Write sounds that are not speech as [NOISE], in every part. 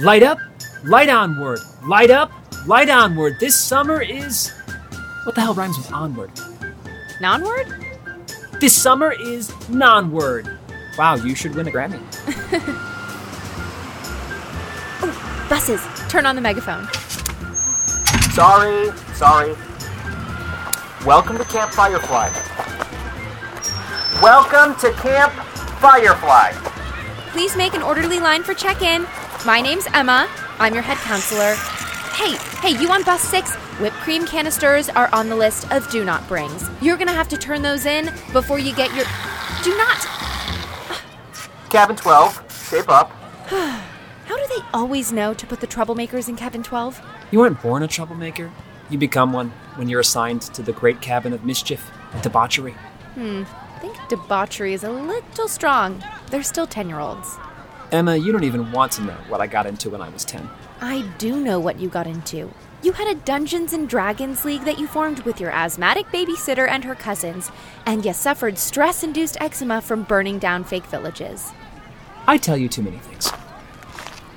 Light up, light onward, light up, light onward. This summer is. What the hell rhymes with onward? Nonward? This summer is non-word. Wow, you should win a Grammy. Buses. Turn on the megaphone. Sorry, sorry. Welcome to Camp Firefly. Welcome to Camp Firefly. Please make an orderly line for check-in. My name's Emma. I'm your head counselor. Hey, hey, you on bus six? Whipped cream canisters are on the list of do not brings. You're gonna have to turn those in before you get your do not. Cabin 12, shape up. How do they always know to put the troublemakers in cabin 12? You weren't born a troublemaker. You become one when you're assigned to the great cabin of mischief and debauchery. I think debauchery is a little strong. They're still 10 year olds. Emma, you don't even want to know what I got into when I was 10. I do know what you got into. You had a Dungeons and Dragons league that you formed with your asthmatic babysitter and her cousins, and you suffered stress induced eczema from burning down fake villages. I tell you too many things.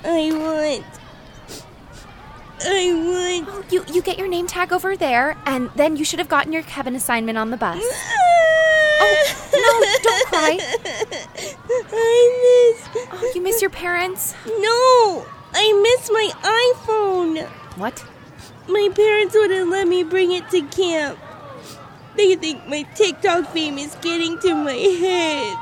I want. I want. Oh, you, you get your name tag over there, and then you should have gotten your cabin assignment on the bus. Oh, no, don't cry. Ah! [LAUGHS] I miss. Oh, you miss your parents? No! I miss my iPhone! What? My parents wouldn't let me bring it to camp. They think my TikTok fame is getting to my head.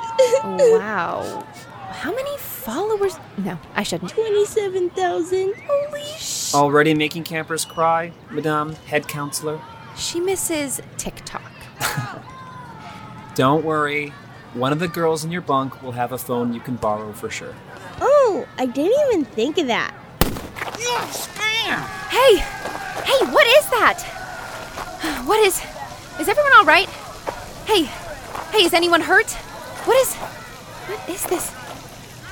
Oh. [LAUGHS] Wow. How many followers? No, I shouldn't. 27,000. Holy sh. Already making campers cry, Madame Head Counselor? She misses TikTok. Don't worry. One of the girls in your bunk will have a phone you can borrow for sure. Oh, I didn't even think of that. Hey! Hey, what is that? What is. Is everyone alright? Hey! Hey, is anyone hurt? What is. What is this?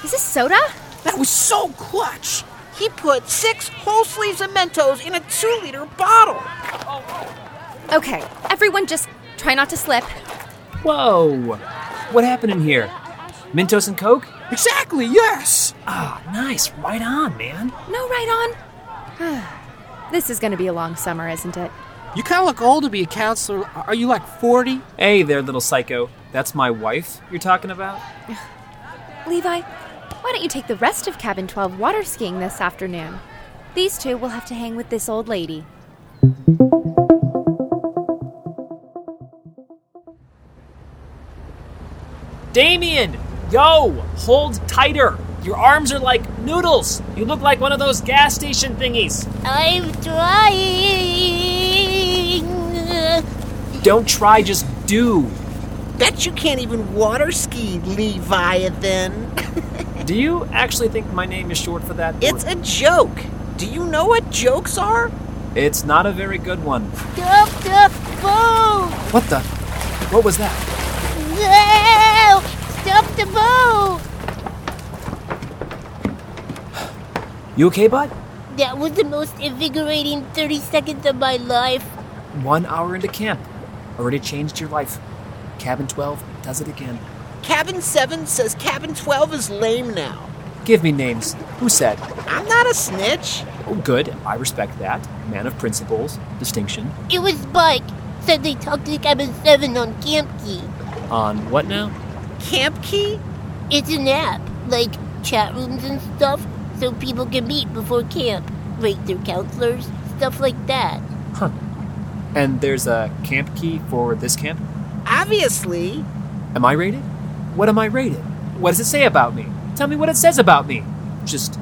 Is this soda? That was so clutch. He put six whole sleeves of Mentos in a two liter bottle. Okay, everyone just try not to slip. Whoa! What happened in here? Mentos and Coke? Exactly, yes. Ah, nice. Right on, man. No, right on. [SIGHS] this is gonna be a long summer, isn't it? You kind of look old to be a counselor. Are you like 40? Hey there, little psycho. That's my wife you're talking about? Levi, why don't you take the rest of Cabin 12 water skiing this afternoon? These two will have to hang with this old lady. Damien! Yo! Hold tighter! Your arms are like noodles! You look like one of those gas station thingies! I'm trying. Don't try, just do! Bet you can't even water ski, Leviathan. Do you actually think my name is short for that? It's a joke. Do you know what jokes are? It's not a very good one. Duff, duff, boom! What the? What was that? No! Stop the boat! You okay, bud? That was the most invigorating 30 seconds of my life. One hour into camp. Already changed your life. Cabin 12 does it again. Cabin 7 says cabin 12 is lame now. Give me names. Who said? I'm not a snitch. Oh, good. I respect that. Man of principles, distinction. It was Mike. Said they talked to Cabin 7 on Camp Key. On what now? Camp Key? It's an app, like chat rooms and stuff, so people can meet before camp, rate their counselors, stuff like that. And there's a camp key for this camp? Obviously. Am I rated? What am I rated? What does it say about me? Tell me what it says about me. Just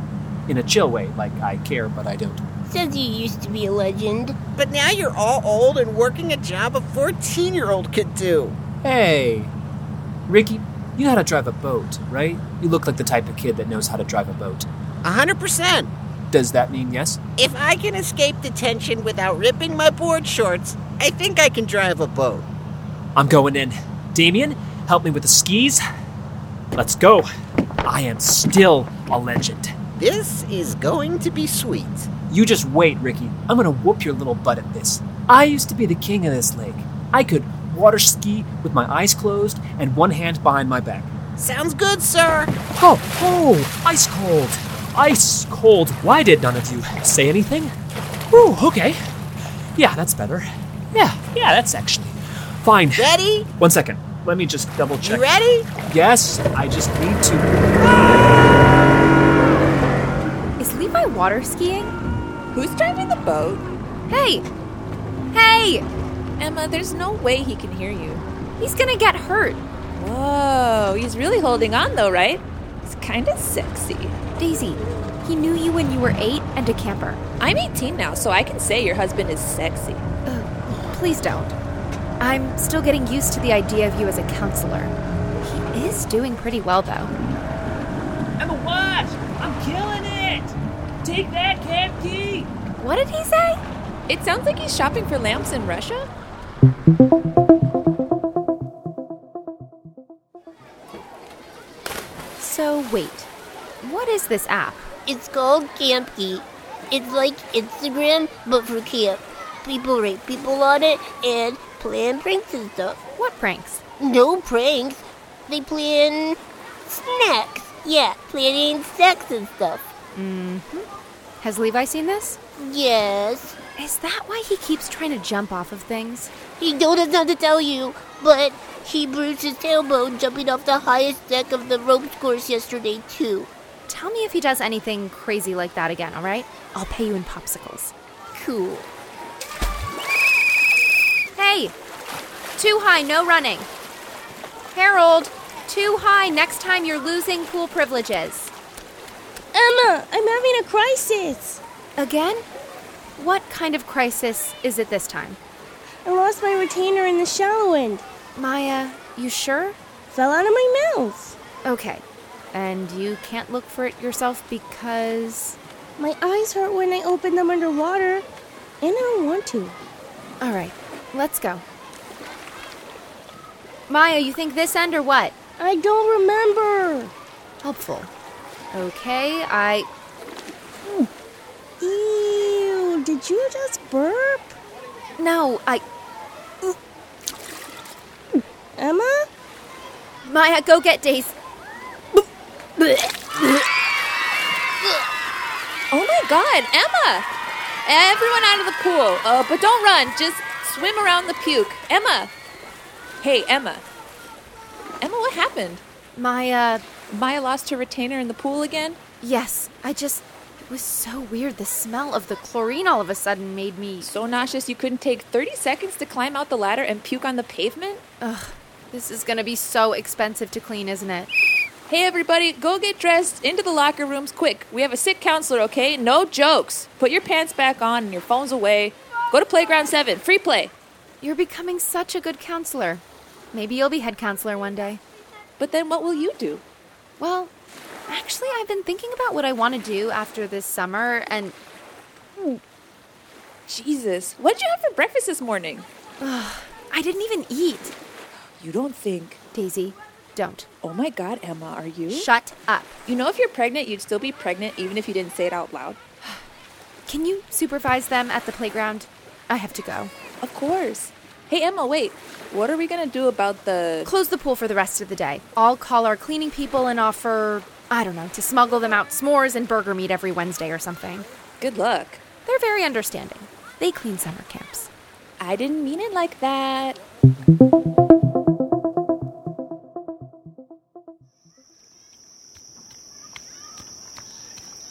in a chill way, like I care, but I don't. says you used to be a legend. But now you're all old and working a job a 14 year old could do. Hey, Ricky, you know how to drive a boat, right? You look like the type of kid that knows how to drive a boat. 100%. Does that mean yes? If I can escape detention without ripping my board shorts, I think I can drive a boat. I'm going in. Damien, help me with the skis. Let's go. I am still a legend. This is going to be sweet. You just wait, Ricky. I'm gonna whoop your little butt at this. I used to be the king of this lake. I could water ski with my eyes closed and one hand behind my back. Sounds good, sir. Oh, oh, ice cold. Ice cold. Why did none of you say anything? Ooh, okay. Yeah, that's better. Yeah, yeah, that's actually. Fine. Ready? One second. Let me just double check. You ready? Yes, I just need to. Is Levi water skiing? Who's driving the boat? Hey! Hey! Emma, there's no way he can hear you. He's gonna get hurt. Whoa, he's really holding on though, right? It's kind of sexy. Daisy, he knew you when you were eight and a camper. I'm 18 now, so I can say your husband is sexy. Please don't. I'm still getting used to the idea of you as a counselor. He is doing pretty well, though. Emma, watch! I'm killing it! Take that, Key! What did he say? It sounds like he's shopping for lamps in Russia. So, wait. What is this app? It's called Campy. It's like Instagram, but for camp. People rate people on it and plan pranks and stuff. What pranks? No pranks. They plan snacks. Yeah, planning snacks and stuff. Has Levi seen this? Yes. Is that why he keeps trying to jump off of things? He don't know to tell you, but he bruised his tailbone jumping off the highest deck of the ropes course yesterday too. Tell me if he does anything crazy like that again, all right? I'll pay you in popsicles. Cool. Hey! Too high, no running. Harold, too high next time you're losing pool privileges. Emma, I'm having a crisis. Again? What kind of crisis is it this time? I lost my retainer in the shallow end. Maya, you sure? Fell out of my mouth. Okay. And you can't look for it yourself because. My eyes hurt when I open them underwater, and I don't want to. All right, let's go. Maya, you think this end or what? I don't remember. Helpful. Okay, I. Ew, did you just burp? No, I. Emma? Maya, go get Daisy. Oh my god, Emma! Everyone out of the pool. Uh, but don't run, just swim around the puke. Emma! Hey, Emma. Emma, what happened? Maya, Maya lost her retainer in the pool again? yes, I just. It was so weird. The smell of the chlorine all of a sudden made me. So nauseous you couldn't take 30 seconds to climb out the ladder and puke on the pavement? This is gonna be so expensive to clean, isn't it? Hey, everybody, go get dressed into the locker rooms quick. We have a sick counselor, okay? No jokes. Put your pants back on and your phones away. Go to Playground 7, free play. You're becoming such a good counselor. Maybe you'll be head counselor one day. But then what will you do? Well, actually, I've been thinking about what I want to do after this summer, and Jesus, what'd you have for breakfast this morning? I didn't even eat. You don't think. Daisy, don't. Oh my god, Emma, are you? Shut up. You know, if you're pregnant, you'd still be pregnant even if you didn't say it out loud. Can you supervise them at the playground? I have to go. Of course. Hey, Emma, wait. What are we gonna do about the. Close the pool for the rest of the day. I'll call our cleaning people and offer, I don't know, to smuggle them out s'mores and burger meat every Wednesday or something. Good luck. They're very understanding. They clean summer camps. I didn't mean it like that.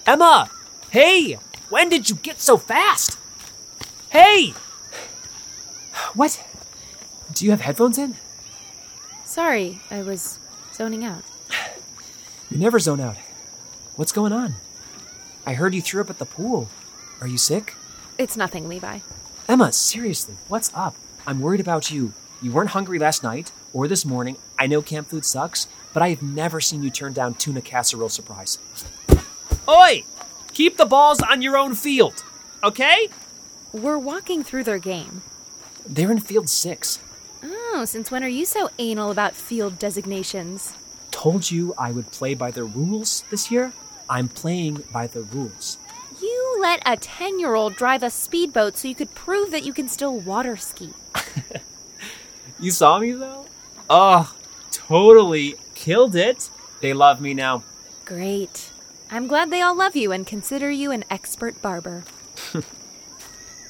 Emma! Hey! When did you get so fast? Hey! What? Do you have headphones in? Sorry, I was zoning out. You never zone out. What's going on? I heard you threw up at the pool. Are you sick? It's nothing, Levi. Emma, seriously, what's up? I'm worried about you. You weren't hungry last night or this morning. I know camp food sucks, but I have never seen you turn down tuna casserole surprise. Oi! Keep the balls on your own field, okay? We're walking through their game. They're in field six. Oh, since when are you so anal about field designations? Told you I would play by the rules this year. I'm playing by the rules. You let a 10 year old drive a speedboat so you could prove that you can still water ski. You saw me though? Oh, totally killed it. They love me now. Great. I'm glad they all love you and consider you an expert barber.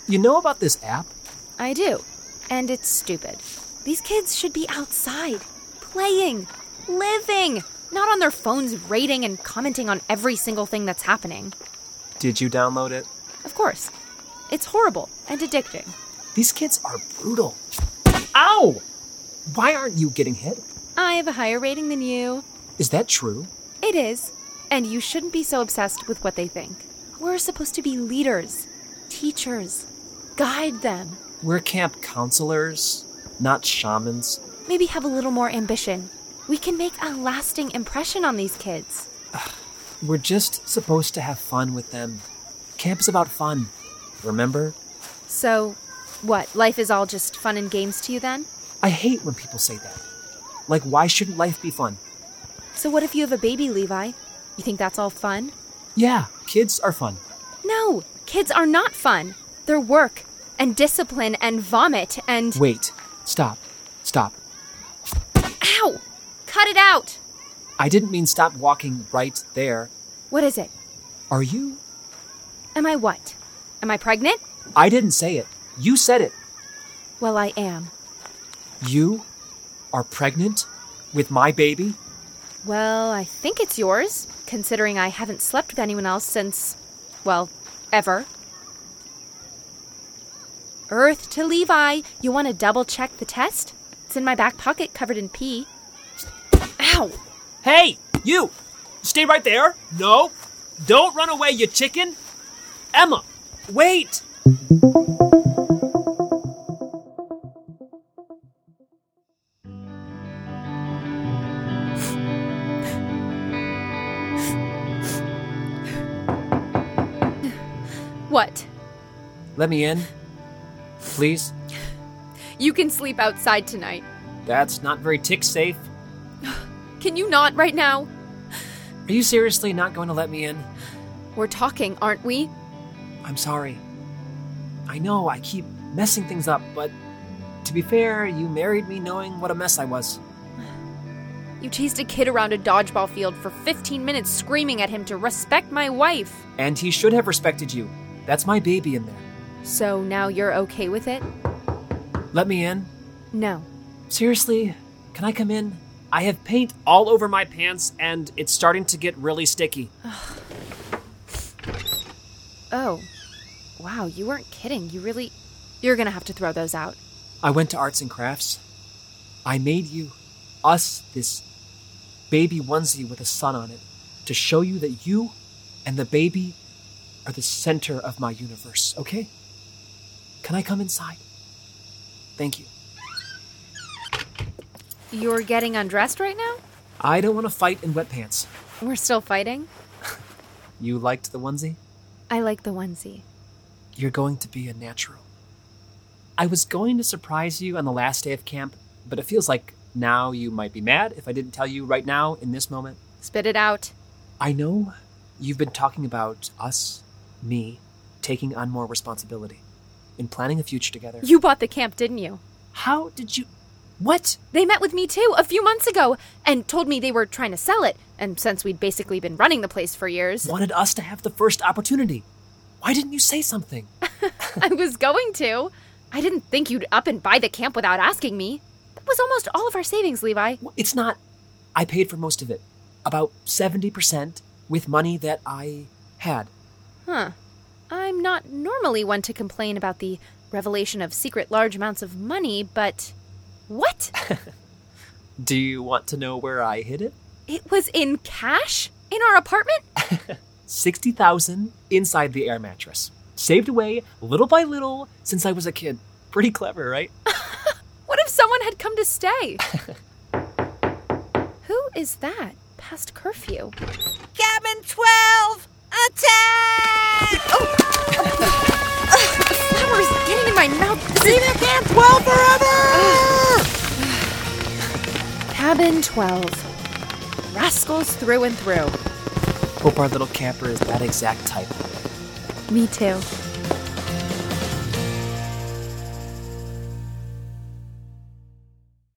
You know about this app? I do. And it's stupid. These kids should be outside, playing, living, not on their phones rating and commenting on every single thing that's happening. Did you download it? Of course. It's horrible and addicting. These kids are brutal. Ow! Why aren't you getting hit? I have a higher rating than you. Is that true? It is. And you shouldn't be so obsessed with what they think. We're supposed to be leaders, teachers, guide them. We're camp counselors, not shamans. Maybe have a little more ambition. We can make a lasting impression on these kids. We're just supposed to have fun with them. Camp is about fun. Remember? So, what? Life is all just fun and games to you then? I hate when people say that. Like, why shouldn't life be fun? So, what if you have a baby, Levi? You think that's all fun? Yeah, kids are fun. No, kids are not fun. They're work and discipline and vomit and. Wait, stop, stop. Ow! Cut it out! I didn't mean stop walking right there. What is it? Are you? Am I what? Am I pregnant? I didn't say it. You said it. Well, I am. You are pregnant with my baby? Well, I think it's yours, considering I haven't slept with anyone else since, well, ever. Earth to Levi, you want to double check the test? It's in my back pocket covered in pee. Ow! Hey, you! Stay right there. No! Don't run away, you chicken! Emma, wait! What? Let me in. Please? You can sleep outside tonight. That's not very tick safe. Can you not right now? Are you seriously not going to let me in? We're talking, aren't we? I'm sorry. I know I keep messing things up, but to be fair, you married me knowing what a mess I was. You chased a kid around a dodgeball field for 15 minutes screaming at him to respect my wife. And he should have respected you. That's my baby in there. So now you're okay with it? Let me in. No. Seriously, can I come in? I have paint all over my pants and it's starting to get really sticky. Oh. Wow, you weren't kidding. You really. You're gonna have to throw those out. I went to arts and crafts. I made you, us, this baby onesie with a sun on it to show you that you and the baby are the center of my universe, okay? Can I come inside? Thank you. You're getting undressed right now? I don't want to fight in wet pants. We're still fighting? You liked the onesie? I like the onesie. You're going to be a natural. I was going to surprise you on the last day of camp, but it feels like now you might be mad if I didn't tell you right now in this moment. Spit it out. I know you've been talking about us, me, taking on more responsibility and planning a future together. You bought the camp, didn't you? How did you. What? They met with me too a few months ago and told me they were trying to sell it. And since we'd basically been running the place for years, Wanted us to have the first opportunity. Why didn't you say something? [LAUGHS] I was going to. I didn't think you'd up and buy the camp without asking me. That was almost all of our savings, Levi. Well, It's not. I paid for most of it, about 70% with money that I had. Huh. I'm not normally one to complain about the revelation of secret large amounts of money, but. What? Do you want to know where I hid it? it was in cash? In our apartment? 60,000 inside the air mattress. saved away little by little since I was a kid. Pretty clever, right? What if someone had come to [LAUGHS] stay? Who is that? Past curfew. Cabin 12, attack! Flowers getting in my mouth. This is Camp 12 forever! cabin 12. Rascals through and through. Hope our little camper is that exact type. Me too.